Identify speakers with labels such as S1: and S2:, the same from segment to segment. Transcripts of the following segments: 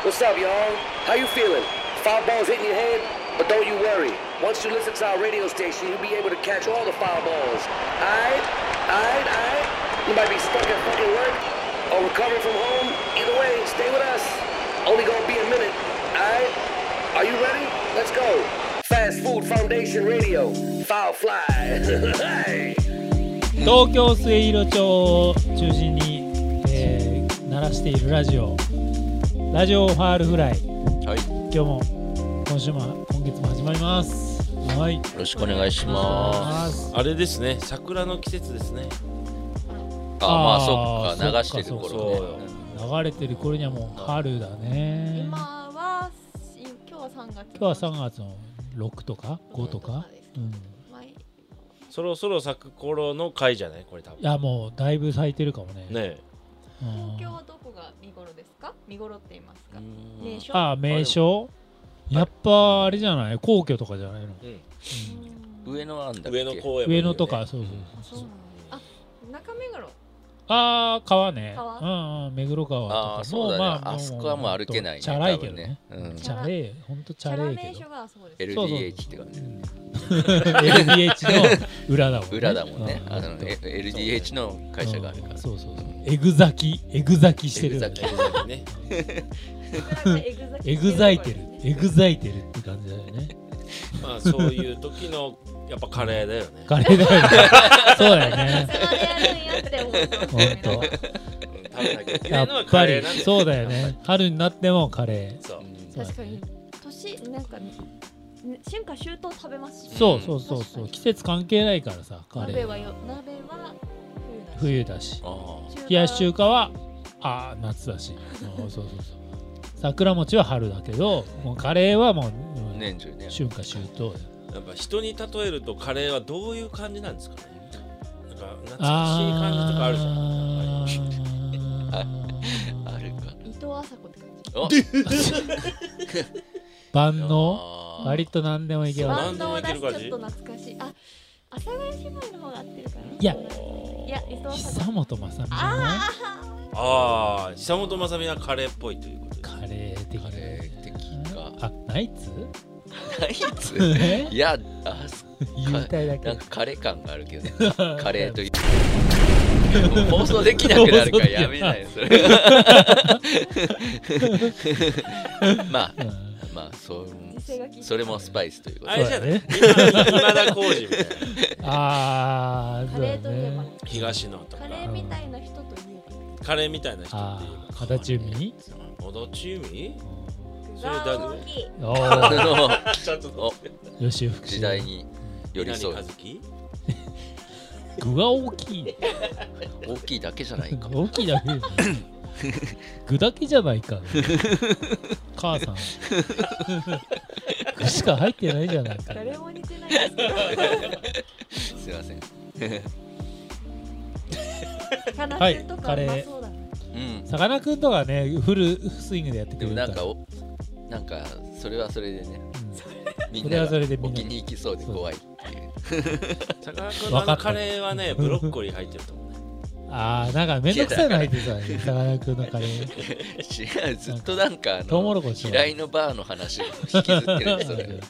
S1: What's up, y'all? How you feeling? Foul balls hitting your head? But don't you worry. Once you listen to our radio station, you'll be able to catch all the foul balls. Aight? Aight? Aight? You might be stuck at fucking work or recovering from home. Either way, stay with us. Only gonna be a minute. Aight? Are you ready? Let's go. Fast Food Foundation Radio. Foul fly. Hey.
S2: 東京末広町を中心に、えー、鳴らしているラジオラジオファールフライ
S3: はい、
S2: 今日も今週も今月も始まりますはい
S3: よろしくお願いしま
S2: あ
S3: す。
S4: あれですね、桜の季節ですね。
S3: あま
S2: あ
S3: あ
S2: ー
S3: そっか流してる
S2: そ
S3: 頃
S2: う
S3: ね。
S2: か
S4: そう
S2: 流れてる頃にはもう春だね
S5: 今
S2: 今
S5: はし今日は3月
S2: 日は3月の6とか5とか、うん、い
S5: 前い
S4: そろそろ咲く頃の回じゃないこれ多分。
S2: やもうだいぶ咲いてるかもね
S4: ね
S2: うん
S5: 東京はどこが見頃ですか見頃って言います
S4: え
S5: か名所
S2: ああ名所やっぱあれじゃない皇居とかじゃないの、
S4: うん
S5: うん
S3: 上野なんだっけ。
S4: 上野公園もいいよね、
S2: 上野とかそうそう
S5: あ
S2: そ
S5: そううなのあ中目黒
S2: ああ川ね
S5: 川
S2: うんうん目黒川とか
S3: ああそうだね。あそこはもう歩けないね。
S2: チャラいけどね
S3: 多分ねうん
S2: チャレーほんとチ
S5: チ
S2: ャ
S5: ャ
S2: レ
S5: ラ
S2: ー
S5: 名
S2: けど
S5: 所がそうです
S3: LDH って感じ。
S2: LDH の裏だもんね
S3: 裏だもんね。
S2: う
S3: あのえ LDH の会社があるから。
S2: そうそうそうエグザキエグザキしてるよね
S3: エグ
S4: エグザイルね。
S2: エグザイてるエグザイてるって感じだよ ね
S4: まあそういう時のやっぱカレーだよね。
S2: カレーだよね そうだよ
S5: さ
S2: ね
S5: すがでやるんやって思うと
S2: ほんと
S4: うん 食べなきゃいけな
S2: や
S4: いのは
S2: っ
S4: カ
S2: ぱ
S4: レ
S2: り
S4: ーなんだよ
S2: そうだよね春になってもカレ
S4: そう
S3: うん
S5: 確かに年なんかね春夏秋冬食べます
S2: ー
S5: し
S2: そうそうそうそう季節関係ないからさカレ
S5: 鍋
S2: ー
S5: はよ鍋は冬だ
S2: 冬だし
S5: し
S3: あ
S2: 冷やし中華はあー夏だしそうそうそう桜餅は春だけどもうカレーはもう、う
S3: あ
S2: ん
S3: 年中ね。
S2: 春夏秋冬だよ
S4: やっぱ人に例えるとカレーはどういう感じなんですかね。なんか懐かしい感じとかあるじゃん。やっ
S2: あ
S3: あるか。
S5: 伊藤麻子って感じ
S3: お
S2: 万能
S3: あー
S2: 割と何でもいけま
S4: そ
S5: バ
S4: う
S5: ン
S2: す
S4: な
S5: ドを
S4: ん
S5: 出
S4: でも
S5: し
S4: いける
S5: ちょっ
S4: 感じ
S5: と懐かしいあ阿佐ヶ谷姉妹の方が合ってるかない
S2: や
S5: いや伊藤麻
S2: 久本雅美のね
S4: ぱりああ、久本雅美はカレーっぽいということで。
S2: カレー的
S3: カレー的か。
S2: あナイツ
S3: ナイツ
S2: え
S3: いや、あ
S2: 幽体だ
S3: な
S2: け
S3: んかカレー感がある けどね。カレーという。もう放送できなくなるからやめないよそれ。 まあ
S2: うん
S3: まあそう
S5: 実践が効いてる
S3: それもスパイスということ
S4: あ
S3: で
S4: れ
S2: そう
S4: じ
S2: だ
S4: ゃない
S2: ね
S4: 今今田耕司みたい な。
S2: ああ
S5: 子
S2: そう
S5: カレ
S2: だ
S5: ーといえば
S2: ね
S4: 東野とか
S5: カレーみたいな人といえ
S4: カレーみたいな人っ
S2: あ
S4: ていう
S2: あ
S4: か
S2: 形 海
S4: おどち海それ
S5: ば
S4: 誰
S5: が大きい
S2: おー
S3: あ
S4: ちゃんと
S2: よし福
S3: の
S2: 士
S3: 時代に寄り添
S4: 何
S3: う
S4: 和樹
S2: 具が大きい
S3: 大きいだけじゃないか
S2: 大きいだけ具だけじゃないか母さん具しか入ってないじゃないか
S5: 誰も似てないですけど
S3: すいません
S5: カナ
S2: はい
S5: フとかうまそうだね
S3: うん
S2: さかなクンとかねフルスイングでやってく
S3: で
S2: れ
S3: も
S2: る
S3: な
S2: か
S3: ん
S2: ら
S3: かおなんかそれはそれでねみん
S2: それ
S3: な
S2: はそ
S3: が
S2: れで
S3: 置
S2: みんな
S3: きに行きそうで怖いっていう
S4: さかなクンのあ
S2: わかった
S4: のカレーはねブロッコリー入ってると思うね
S2: うんあーなんかめんどくさいの入ってたねさかなクンのカレー
S3: 違うずっとなんかあ
S2: トウモロ
S3: の
S2: コシ
S3: 平井のバーの話を引きずってるんですよね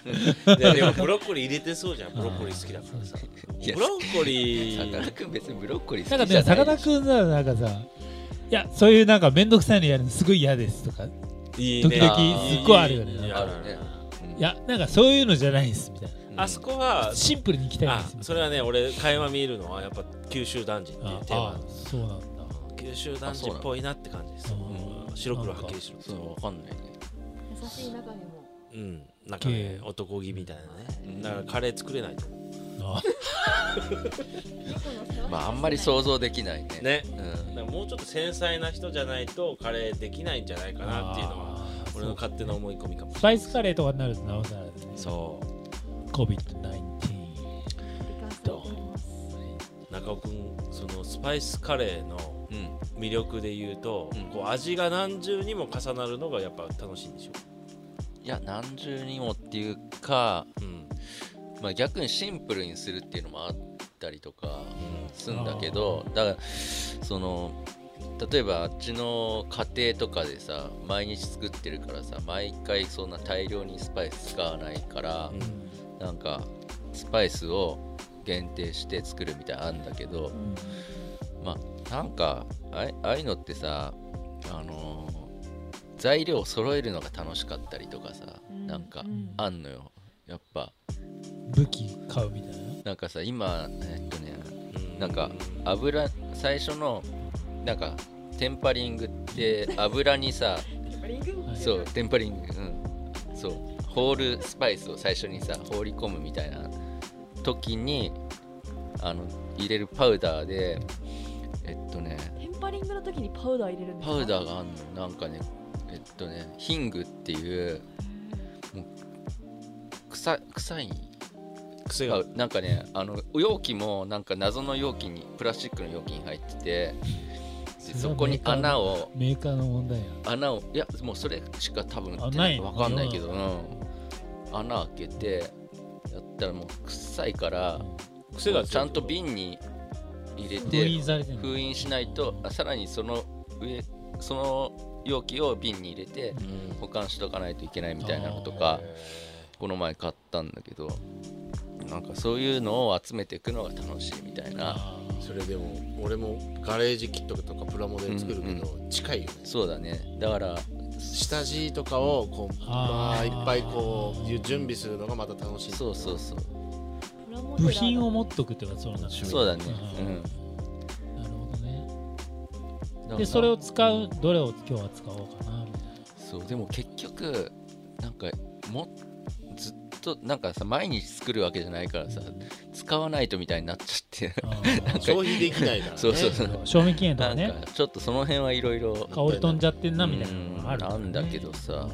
S4: い やでもブロッコリー入れてそうじゃんブロッコリー好きだからさ
S3: いや
S4: ブロッコリ
S3: さかな
S4: ー
S3: クン別にブロッコリー
S2: なん
S3: 好
S2: か
S3: きじゃ
S2: ね
S3: な
S2: さ
S3: い
S2: かなクンさなんかさいやそういうなんかめんどくさいのやるのすごい嫌ですとかい
S4: いい
S2: 時々
S4: あー
S2: すっごいあるよね
S4: い
S3: あるね
S2: やなんかそういうのじゃないですみたい
S3: うん
S4: あそこは
S2: なシンプルに行きたいん
S4: あ
S2: ですみた
S4: そ
S2: い
S4: れはね俺会話見るのはやっぱ九州男児ってい
S2: な
S4: うテー
S2: あ
S4: マ
S2: あそうなんだ
S4: 九州男児っぽいなって感じです
S2: あそうなの
S4: うん白黒はっきりしてる
S3: そうわかんないね
S5: 優しい中でも
S4: うんなんかね男気みたいなねだからカレー作れないと思
S2: あ
S5: 猫の世話
S3: まああんまり
S5: う
S3: 想像できないね
S4: うね
S3: うん
S4: だからもうちょっと繊細な人じゃないとカレーできないんじゃないかなっていうのは
S2: あー
S4: 俺の勝手な思い込みかも
S2: ス
S4: しれ
S2: パイスカレーとかになるとなおさらですね。
S4: ないそ
S2: COVID-19。
S4: う中尾君そのスパイスカレーの
S3: うん
S4: 魅力で言うと、
S3: うん
S4: こう味が何重にも重なるのがやっぱ楽しいんでしょ
S3: いや何重にもっていうか、
S4: うん
S3: まあ、逆にシンプルにするっていうのもあったりとかすんだけどだからその例えばあっちの家庭とかでさ毎日作ってるからさ毎回そんな大量にスパイス使わないから、
S4: うん
S3: なんかスパイスを限定して作るみたいなのあんだけど、まあなんかあいああいうのってさあのー材料を揃えるのが楽しかったりとかさ、
S5: うん
S3: なんか
S5: うん
S3: あんのよやっぱ
S2: 武器買うみたいな
S3: なんかさ今えっとねなんか油最初のなんかテンパリングって油に さ
S5: リング
S3: そうテンパリング、うん、そうホールスパイスを最初にさ放り込むみたいな時にあの入れるパウダーでえっとね
S5: テンパリングの時にパウダー入れるんです
S3: パ
S5: か
S3: ウダーがあんのなんかねえっとねヒングっていうもう臭臭い
S4: 癖
S3: パ
S4: が
S3: ウなんかねあの容器もなんか謎の容器にプラスチックの容器に入っててでそこに穴を
S2: メーカーの問題や
S3: 穴をいやもうそれしか多分売
S2: あ
S3: って
S2: な
S3: ないい
S2: の
S3: わかんないけど、うん、穴開けてやったらもう臭いから
S4: 癖が
S3: ちゃんと瓶に入れ
S2: 封印
S3: て
S2: されてる
S3: 封印しないとあさらにその上その容器を瓶に入れて保管しとかないといけないみたいなのとかこの前買ったんだけどなんかそういうのを集めていくのが楽しいみたいな
S2: あ
S6: それでも俺もガレージキットとかプラモデル作るけど近いよね、
S3: そうだねだから
S6: 下地とかをこうま
S2: あ
S6: あ
S2: ー
S6: いっぱいこう準備するのがまた楽しい
S3: そうそうそう
S5: プラモデラー
S2: 部品を持っとくってことはそうなんだ
S6: 趣味
S3: そうだね
S2: うんなるほどね
S3: うんだから
S2: でそれを使うどれを今日は使おうかなみたいな
S3: そうでも結局なんかもずっとなんかさ毎日作るわけじゃないからさ使わないとみたいになっちゃって
S2: あ
S6: 消費できないからね
S3: そうそうそう、
S2: ー賞味期限と
S3: な
S2: か
S3: ん
S2: ね
S3: かちょっとその辺はいろいろ
S2: 香り飛んじゃってんなみたいなのがあるから
S3: う
S2: ね
S3: んなんだけどさ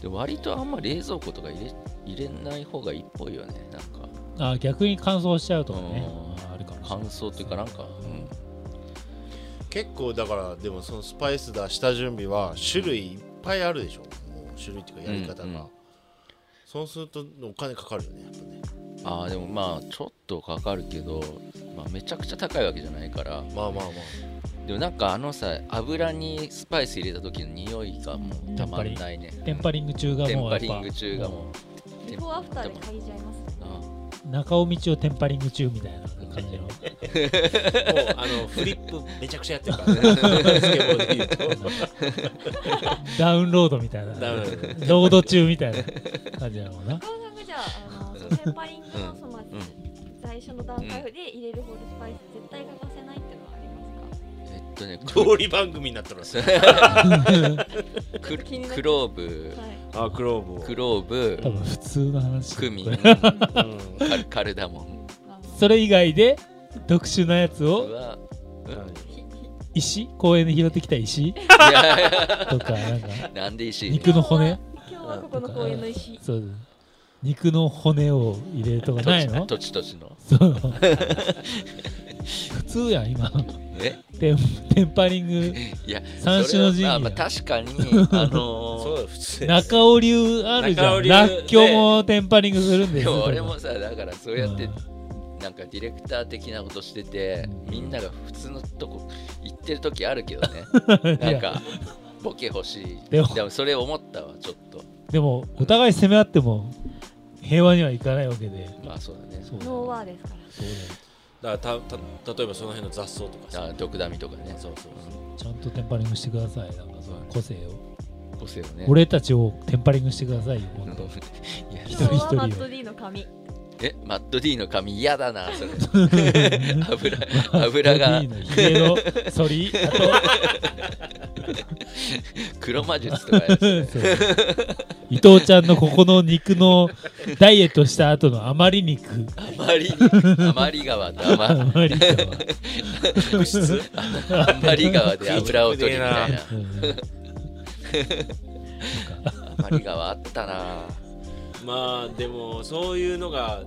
S3: で割とあんま冷蔵庫とか入れ入れない方がいいっぽいよねなんか
S2: あー逆に乾燥しちゃうとかね
S3: うん
S2: あーあるかもしれ
S3: 乾
S2: ない
S3: 燥というかなんか、うん、
S6: 結構だからでもそのスパイスだ下準備は種類いっぱいあるでしょもう種類っていうかやり方が、
S3: うんうん
S6: そうするとお金かかるよねやっぱね
S3: ああでもまあちょっとかかるけど、まあ、めちゃくちゃ高いわけじゃないから
S6: まあまあま
S3: でもなんかあのさ油にスパイス入れた時の匂いがもうたまんないね
S2: テンパリング中が
S3: テ
S2: もうや
S3: ンパ
S2: っぱ
S3: リング中がも
S5: ビフォーアフターで嗅いじゃいますね
S3: う、うん
S2: 中尾道をテンパリング中みたいな感じの
S4: もう あのフリップめちゃくちゃやってるからねスケボーで言うと
S2: ダウンロードみたいな
S4: ダウンロー
S2: ロード中みたいな感じなのかな
S5: 中尾さんがじゃああのそのテンパリングのそ
S3: う
S5: の、
S3: ん
S5: 最初の段階で入れるほどスパイス絶対欠かせないっていうのはありますか
S3: えっとね
S6: あ料理番組になったら
S3: クル
S5: 気になっちゃう
S3: クローブ
S5: はい
S4: あクローブを
S3: クロー
S2: 多
S3: ブ
S2: 分普通の話
S3: クミン
S2: これ
S4: うん
S3: カルカルダモン
S5: あの
S2: それ以外で特殊なやつを
S3: は
S5: ひひ
S2: 石公園で拾ってきた石
S3: いやいや
S2: とかなんか
S3: なんで石
S2: 肉の骨
S5: 今日はここの公園の石
S2: そうです肉の骨を入れるとかないの
S3: 土地土地の
S2: そう普通やん今
S3: え
S2: テンテンパリング
S3: いや
S2: 三種の神器
S3: それはまあまあ確かに あ
S4: そ
S3: の
S4: う普通
S2: 中尾流あるじゃ
S4: 中尾
S2: ん
S4: 流
S2: らっきょうもテンパリングするんで
S3: ー
S2: す
S3: で
S2: よ
S3: も俺もさだからそうやって
S2: うん
S3: なんかディレクター的なことしててみんなが普通のとこ行ってる時あるけどねな ん
S2: いや
S3: かボケ欲しい
S2: で
S3: で
S2: も
S3: もそれ思ったわちょっと
S2: でもお互い攻め合っても平和にはいかないわけで
S3: まあそうだね
S2: そうだ
S5: ノーワーですから
S2: そうだよ
S4: だからたた例えばその辺の雑草とかさ
S3: あ毒ダミとかね
S4: そうそう
S2: ちゃんとテンパリングしてくださいなんかその個性を
S3: 個性をね
S2: 俺たちをテンパリングしてくださいよほんと
S3: いや
S2: 一人
S5: 今日
S2: 一
S5: は
S2: 人
S5: マット D の髪
S3: えマット D の髪嫌だな それ油 油が
S2: D のひげの反りあと
S3: 黒魔術とかやつね
S2: そう伊藤ちゃんのここの肉のダイエットした後の余り肉
S3: あまりにあまり川とあま あ
S2: 余りかは
S4: 物質
S3: まり川で油を取りみたいな
S2: うん
S3: あまり川あったな
S4: まあでもそういうのが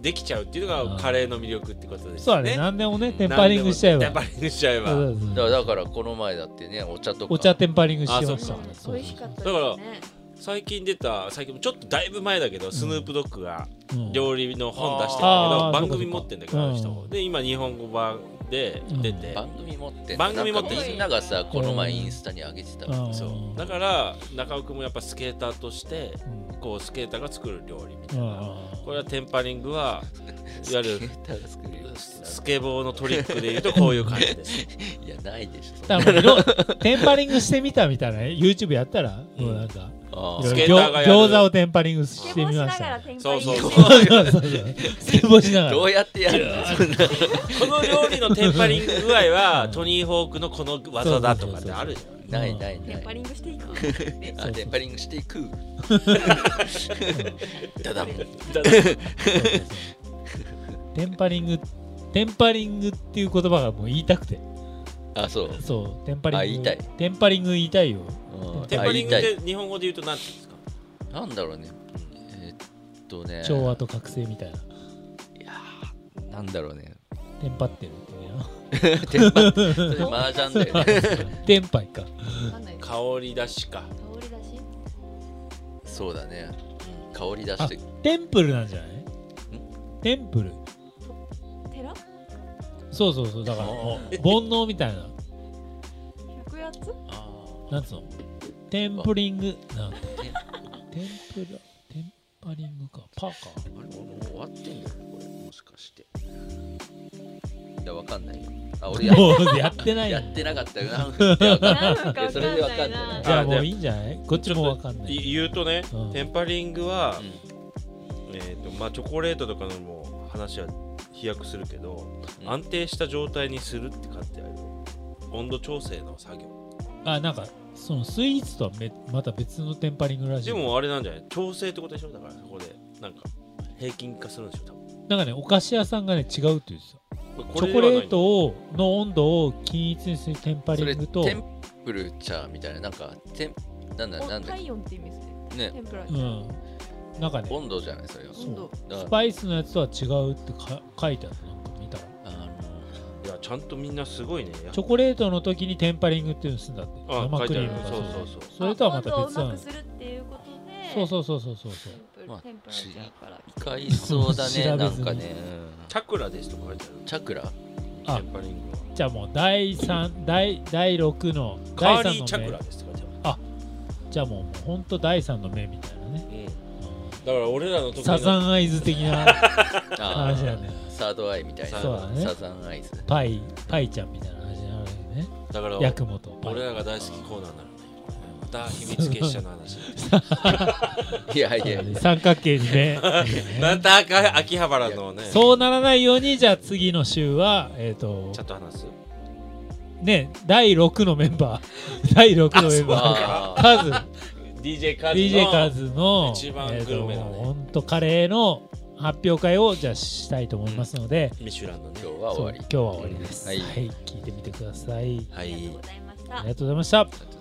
S4: できちゃうっていうの
S2: う
S4: が
S2: ん
S4: カレーの魅力ってことです
S2: そうだ
S4: よ
S2: ね
S4: ね
S2: 何でもねテンパリングしちゃえば
S4: テンパリングしちゃえば
S2: そうそう
S3: だ
S2: そう
S3: だからこの前だってねお茶とか
S2: お茶テンパリングしてまし
S5: う
S2: たそ
S5: ん
S2: うそうそう
S5: 美味しかったですね
S4: 最近出た最近ちょっとだいぶ前だけど、スヌープドッグが
S2: うん
S4: 料理の本出してるんだけ
S2: あ
S4: ど
S2: ー
S4: 番組持ってんだけど
S2: あー
S4: あの
S2: そうかそう
S4: 人
S2: か
S4: で今日本語版で
S2: うん
S4: 出て、
S3: 番組持ってんだ
S4: 番組持ってる
S3: なんかみんながさこの前インスタに上げてた
S2: うん
S4: そうだから中尾君もやっぱスケーターとしてこうスケーターが作る料理みたいなこれはテンパリング はいわゆる
S3: スケーターが作るよ
S4: ススケボーのトリックでいうとこういう感じです
S3: いやないでしょ
S2: だからもういろテンパリングしてみたみたいなね YouTube やったら
S4: うん
S2: もうなんか
S3: あ
S2: いろ
S3: ー
S4: ス
S2: い
S4: ケー
S2: ろ
S4: ターがやる
S2: 餃餃子をテンパリングし
S5: スケ
S2: て
S5: ボー
S2: み
S5: しな
S2: まし
S5: が
S2: た
S5: ら
S2: ね
S5: テンパ
S4: そう
S5: リン
S4: そう
S5: グ
S4: そう
S2: そうそう
S5: して
S2: そうスケボーしながら
S3: どうやってやるのそんな
S4: この料理のテンパリング具合はトニー・ホークのこの技だとかってあるじゃん
S3: ないない
S5: テ
S3: な
S5: ンパリ
S3: い
S5: ングしていく。
S3: あテンパリングしていくダダン
S2: テンパリングテンパリングっていう言葉がもう言いたくて
S3: あそう
S2: そうテンパリング
S3: あ言いたい
S2: テンパリング言いたいよ
S3: うん
S4: テンパリング
S3: あ
S4: っ
S3: 言い
S4: て日本語で言うと何て言うんですか
S3: たいなんだろうねえーっとね
S2: 調和と覚醒みたいな
S3: なんだろうね
S2: テンパってるっていうな
S3: テンパそれマージャンだよね
S2: テンパイか
S5: わかんないです。香
S4: 香り出しか
S5: りだし。
S3: そうだね香り出して
S2: テンプルなんじゃないテンプル
S5: 寺？
S2: そうそうそうだからもう
S3: あ
S2: 煩悩みたいな
S5: 百八つ？
S2: なんつうのテンプリングなんかテンプルテンパリングかパーか
S3: あれ俺もう終わってんだよねこれもしかしていやわかんないよあ俺 や
S2: もうやってない
S3: や
S2: よ
S3: ってなかったよないやわかん ない
S5: 何分かわかん
S3: それでわか
S5: なんい
S3: ない
S5: な。
S2: じゃあもういいんじゃないこっちもわかんない
S4: い言うとね、
S2: うん
S4: テンパリングは、
S3: う
S4: えーとまあ、チョコレートとかのも話は飛躍するけど、
S3: うん
S4: 安定した状態にするって書いてある温度調整の作業
S2: あなんかそのスイーツとはめまた別のテンパリングらしい
S4: でもあれなんじゃない調整ってことでしょだからそこでなんか平均化するんでしょ多分
S2: なんかねお菓子屋さんがね違うって言ってたチ
S4: これ
S2: ョ
S4: で
S2: コ
S4: はない
S2: レートをの温度を均一にするテンパ
S3: んそ
S2: リ
S3: れ
S2: ングと
S3: テンプルチャーみたいななんかテンなんだ
S5: お
S3: なんだ
S5: 体温って意味ですね。
S3: ね
S5: 天ぷら
S2: う。んなんかね
S3: 温度じゃないそれは
S5: 温度。
S3: だ
S2: ス
S3: から
S2: パイスのやつとは違うってか書いてあったなんか見たら
S3: あの
S4: いやちゃんとみんなすごいねや
S2: チョコレートの時にテンパリングっていうのするんだって
S4: あ
S2: 生クリーム
S5: 書いてあ
S2: とか
S5: る
S4: そ
S2: そう
S4: うそうそう
S2: それとはまた別
S5: 温度をう
S2: な
S5: ま
S2: の
S5: くするっていうことで。
S2: そうそうそうそうそうそう
S5: 天ぷ
S3: ま
S5: ら。
S3: あ
S5: 天ぷらじゃあから。
S3: 海藻 だ
S2: 調
S3: ね
S2: べ
S3: な
S2: ず
S3: ん
S2: に
S3: かね
S4: チャクラですとか書いて
S3: チャクラ
S4: あ
S2: あ
S4: るテンパリングは
S2: じゃあもう第3第第6の第
S4: カー
S2: 三
S4: リー
S2: の
S4: チャクラ
S2: 目
S4: ですとか書いて
S2: じゃあもうもうほんと第3の目みたいなね
S4: ある、うん、だから俺らの時
S2: サザンアイズ的な
S3: あ
S2: 話だ
S3: ー
S2: ね
S3: サードアイみたいな
S4: そう
S2: だね
S3: サザンアイズ
S2: パイパイちゃんみたいな話になるよね
S4: だから
S2: ヤクモトパイ
S4: 俺らが大好きコーナーになるねまた秘密結社の話
S3: いやいや
S2: 三角形にね
S4: また赤秋葉原のね
S2: そうならないようにじゃあ次の週はえっ、と
S4: ちゃんと話す
S2: ね第6のメンバー 第6のメンバ
S3: あ
S2: ーカズ
S4: DJ カ
S2: DJ カズの
S4: 一番グルメのね
S2: えーとほんとカレーの発表会をじゃあしたいと思いますので、
S4: ミシュランのね
S3: 今日は
S2: そう
S3: 終わり
S2: 今日は終わりです、
S3: はい
S2: はい、聞いてみてください
S4: は
S5: ありがと
S4: いう
S5: ございまし
S2: あり。が
S5: た
S2: とうございました
S3: ありがとうございます